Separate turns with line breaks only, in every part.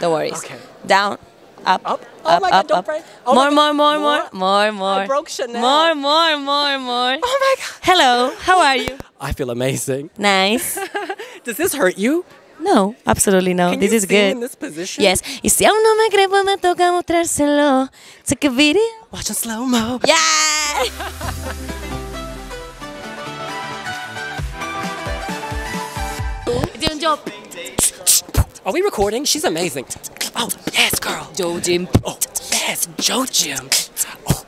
No worries.
Okay.
Down, up,
Up? Oh
up,
my God,
up,
don't
up.
break. Oh
more,
my
more,
God.
more, more, more,
More?
more.
I broke Chanel.
More, more, more, more.
Oh my god.
Hello, how are you?
I feel amazing.
Nice.
Does this hurt you?
No, absolutely no.
Can
this
you
is
sing
good.
in this position?
Yes. Y si aún no me cree, pues me toca mostrárselo. Take a video.
Watch in slow mo.
Yeah. Doing job.
Are we recording? She's amazing. Oh, yes, girl.
Joe Jim.
Oh, yes, JoJo. Oh.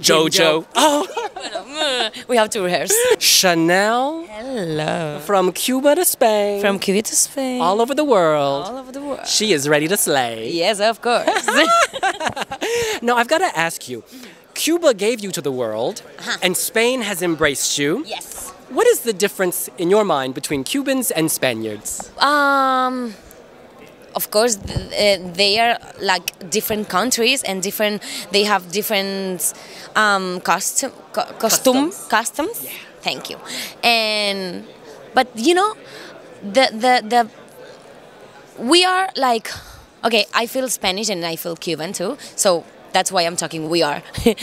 JoJo.
Jojo.
Oh,
We have to rehearse.
Chanel
Hello.
from Cuba to Spain.
From Cuba to Spain.
all over the world.
all over the world.
She is ready to slay.
Yes, of course.
Now, I've got to ask you Cuba gave you to the world, and Spain has embraced you.
yes.
What is the difference in your mind between Cubans and Spaniards?
Um, of course, th- uh, they are like different countries and different. They have different um, custom, cu- custom,
Customs.
customs. Thank you. And but you know, the the the we are like okay i feel spanish and i feel cuban too so that's why i'm talking we are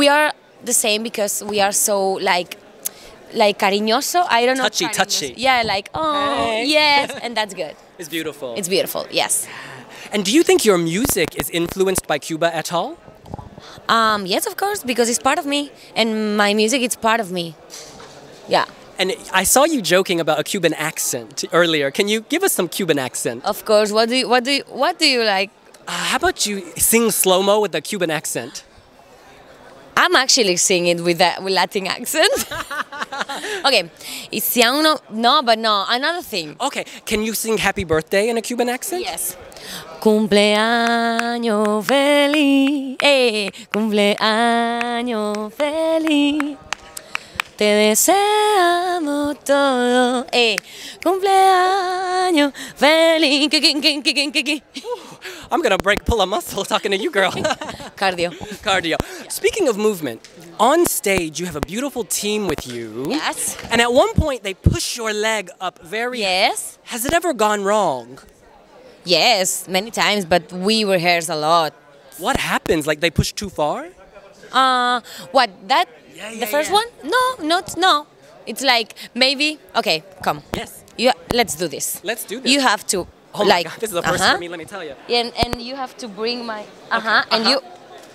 we are the same because we are so like like cariñoso i don't know
Touchy,
cariñoso.
touchy.
yeah like oh
Hey.
yes and that's good
It's beautiful.
it's beautiful yes
and do you think your music is influenced by Cuba at all?
um yes of course because it's part of me and my music it's part of me yeah
And I saw you joking about a Cuban accent earlier. Can you give us some Cuban accent?
of course what do you what do you what do you like
Uh, how about you sing slow mo with a Cuban accent?
I'm actually singing with that with Latin accent. okay, it's si aún no, no, but no, another thing.
Okay, can you sing happy birthday in a Cuban accent?
Yes. Cumpleaños feliz, eh, cumpleaños feliz. Te deseamos todo, eh, cumpleaños feliz. Ki, ki, ki, ki, ki, ki, ki.
I'm gonna break, pull a muscle talking to you, girl.
Cardio.
Cardio. Speaking of movement, on stage you have a beautiful team with you.
Yes.
And at one point they push your leg up very.
Yes.
Has it ever gone wrong?
Yes, many times, but we rehearse a lot.
What happens? Like they push too far?
Uh, what that?
Yeah,
the
yeah,
first
yeah.
one? No, not no. It's like maybe. Okay, come.
Yes.
You let's do this.
Let's do this.
You have to
Oh
like.
my God, this is the 1st
uh-huh.
for me. Let me tell you.
And and you have to bring my. Uh huh. And
uh-huh.
you.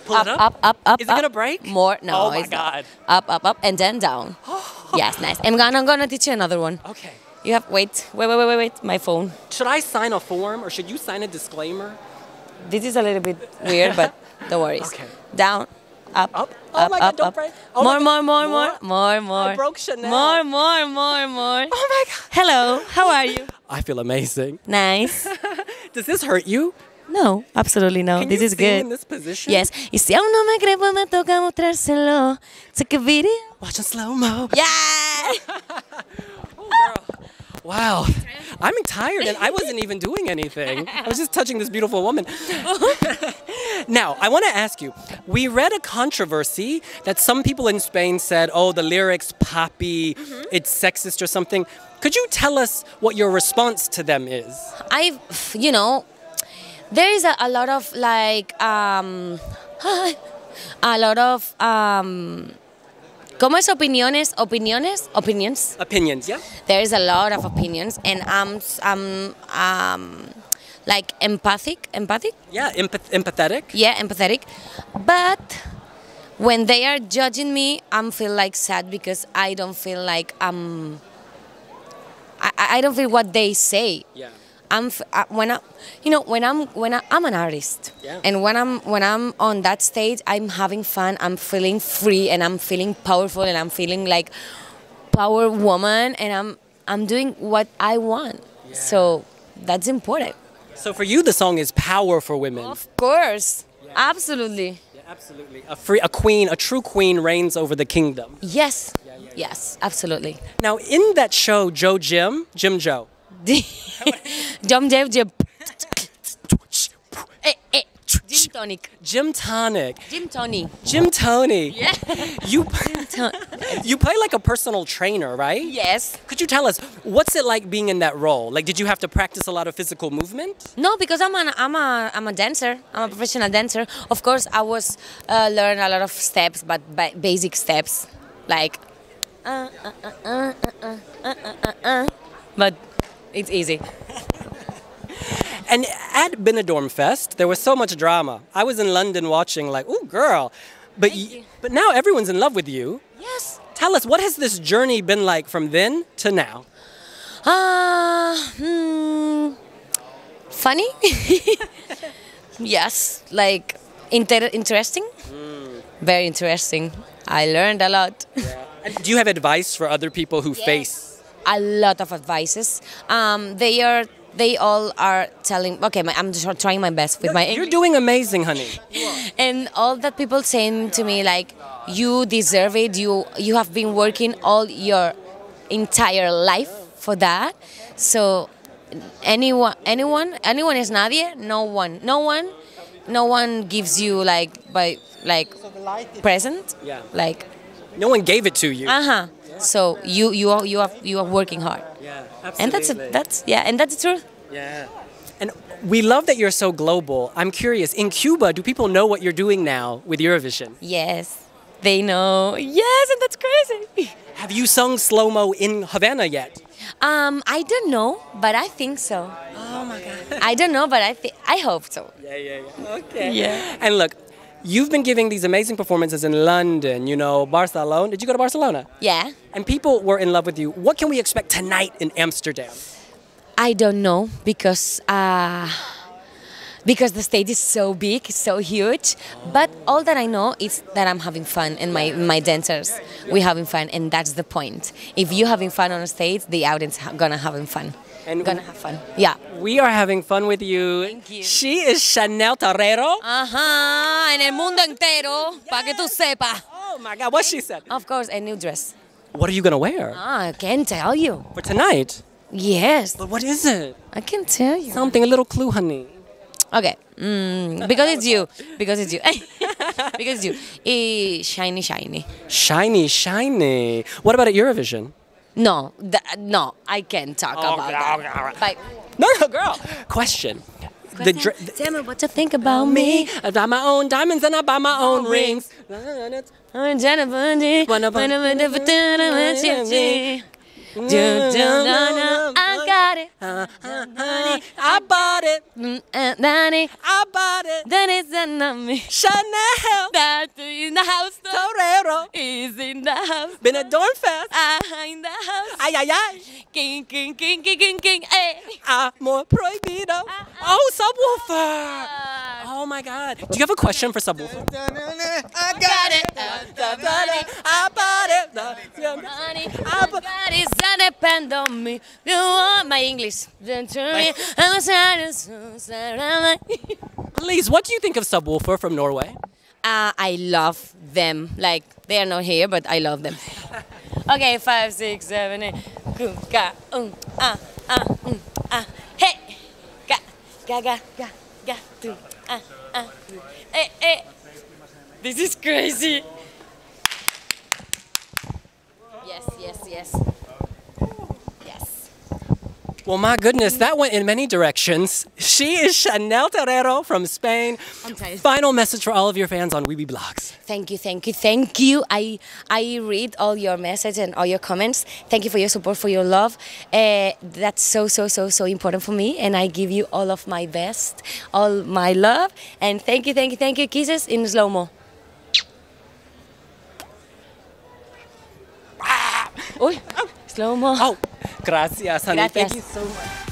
Pull
up,
it up.
up, up, up.
Is it gonna
up.
break?
More? No.
Oh my
it's not.
God.
Up, up, up, and then down. yes, nice. I'm gonna, I'm gonna teach you another one.
Okay.
You have wait, wait, wait, wait, wait, wait. My phone.
Should I sign a form or should you sign a disclaimer?
This is a little bit weird, but no worries.
Okay.
Down, up,
Up? Oh
up,
my God,
up,
don't
up.
break. Oh
more,
my
more, more,
God,
more,
more?
more, more.
broke Chanel.
More, more, more, more.
Oh my God.
Hello, how are you?
I feel amazing.
Nice.
Does this hurt you?
No, absolutely no.
Can
this
you
is
sing
good.
in this position?
yes. Y si aún no me cree, pues me toca mostrárselo. Take a video.
Watch in slow mo.
Yeah.
Wow. I'm tired and I wasn't even doing anything. I was just touching this beautiful woman. now, I want to ask you we read a controversy that some people in Spain said, oh, the lyrics poppy, it's sexist or something. Could you tell us what your response to them is?
I, you know, there is a, a lot of like, um, a lot of, um, ¿cómo es opiniones? Opiniones? Opinions?
Opinions, yeah?
There is a lot of opinions, and I'm, s- I'm, um, like empathic, empathic?
Yeah, empath- empathetic.
Yeah, empathetic. But when they are judging me, I'm feel like sad because I don't feel like um, I, I I don't feel what they say.
Yeah.
I'm f- uh, when I, you know, when I'm when I, I'm an artist,
Yeah.
and when I'm when I'm on that stage, I'm having fun. I'm feeling free, and I'm feeling powerful, and I'm feeling like power woman, and I'm I'm doing what I want. So that's important.
So for you, the song is power for women.
Of course, absolutely.
Yeah, absolutely. A, free, a queen, a true queen reigns over the kingdom.
Yes,
yeah, yeah.
yes, absolutely.
Now, in that show, Joe Jim, Jim Joe,
Jump, jump, jump. Eh, eh. Jim tonic.
Gym tonic.
Gym tonic.
Jim Tony.
Yeah.
You you play like a personal trainer, right?
Yes.
Could you tell us what's it like being in that role? Like, did you have to practice a lot of physical movement?
No, because I'm an I'm a I'm a dancer. I'm a professional dancer. Of course, I was uh, learn a lot of steps, but ba- basic steps like. uh, uh, uh, uh, uh, uh, uh, uh, uh. But it's easy.
And at Benidorm Fest, there was so much drama. I was in London watching, like, ooh, girl. But y-
you.
but now everyone's in love with you.
Yes.
Tell us what has this journey been like from then to now?
Ah, hmm, funny. yes, like inter- interesting. Very interesting. I learned a lot.
And do you have advice for other people who face?
a lot of advices. Um, they are they all are telling. Okay, my, I'm just trying my best with my
You're
English.
doing amazing, honey.
and all that people saying to me like, you deserve it. You you have been working all your entire life for that. So anyone anyone anyone is nadie. No one no one no one gives you like by like present.
Yeah.
Like
No one gave it to you.
uh huh. So you you are you are you are working hard.
yeah,
And that's a, that's yeah, and that's the truth.
Yeah. And we love that you're so global. I'm curious, in Cuba, do people know what you're doing now with Eurovision?
Yes, they know. Yes, and that's crazy.
Have you sung Slow Mo in Havana yet?
Um, I don't know, but I think so.
Oh my God.
I don't know, but I think I hope so.
Yeah, yeah, yeah. Okay.
Yeah.
And look, you've been giving these amazing performances in London, you know, Barcelona. Did you go to Barcelona?
Yeah,
And people were in love with you. What can we expect tonight in Amsterdam?
I don't know because uh, because the stage is so big, so huge. But all that I know is that I'm having fun, and my my dancers we having fun, and that's the point. If you having fun on stage, the audience ha- gonna having fun.
And-
gonna have fun. Yeah.
We are having fun with you.
Thank you.
She is Chanel Torrero.
Ajá, en el mundo entero, para que tú sepas.
oh my God, what she said.
Of course, a new dress.
What are you going to wear
Ah, I can tell you.
for tonight?
Yes,
But what is it?
I can tell you.
Something, a little clue, honey.
Okay, mm, because it's you. Because it's you. because it's you. Eh, shiny, shiny.
Shiny, shiny. What about at Eurovision?
No, tha- no, I can't talk about that. But
No, no, girl. Question. The dr- th-
tell me what to think about me.
I buy my own diamonds and I buy my own rings.
I'm Jennifer D.
Wanna bu-
Wanna bu- du- du- du- du- du- du- du- du- I got it.
I bought it.
Mm, uh, Danny,
I bought it.
Danny's not me.
Chanel
That in the house.
Torero.
Is in the house.
Been a dorm fest.
Ah, in the house.
Ay, ay, ay.
King, king, king, king, king, king. Hey.
Amor prohibido. Oh, subwoofer. Oh my God. Do you have a question for subwoofer?
I got it. I got it.
I bought it.
Honey,
Ah,
I
but-
got it. So depend on me. You want my English. Then turn me. I'm a sinus, so I'm like-
Please, what do you think of Subwoofer from Norway?
Uh, I love them. Like, they are not here, but I love them. Okay, five, six, seven, eight. Ooh, Ga, um, ah, ah, mm, ah. Hey! Ga, ga, ga, ga, ga, do, ah, ah, do. Hey, hey! This is crazy! Yes, yes, yes. Yes.
Well, my goodness, that went in many directions. She is Chanel Torero from Spain.
I'm tired.
Final message for all of your fans on Weeby Blogs.
Thank you, thank you, thank you. I I read all your messages and all your comments. Thank you for your support, for your love. Uh, that's so so so so important for me, and I give you all of my best, all my love, and thank you, thank you, thank you. Kisses in slow mo. Slow mo.
Oh, gracias, honey. Thank
Gracias.
you so much.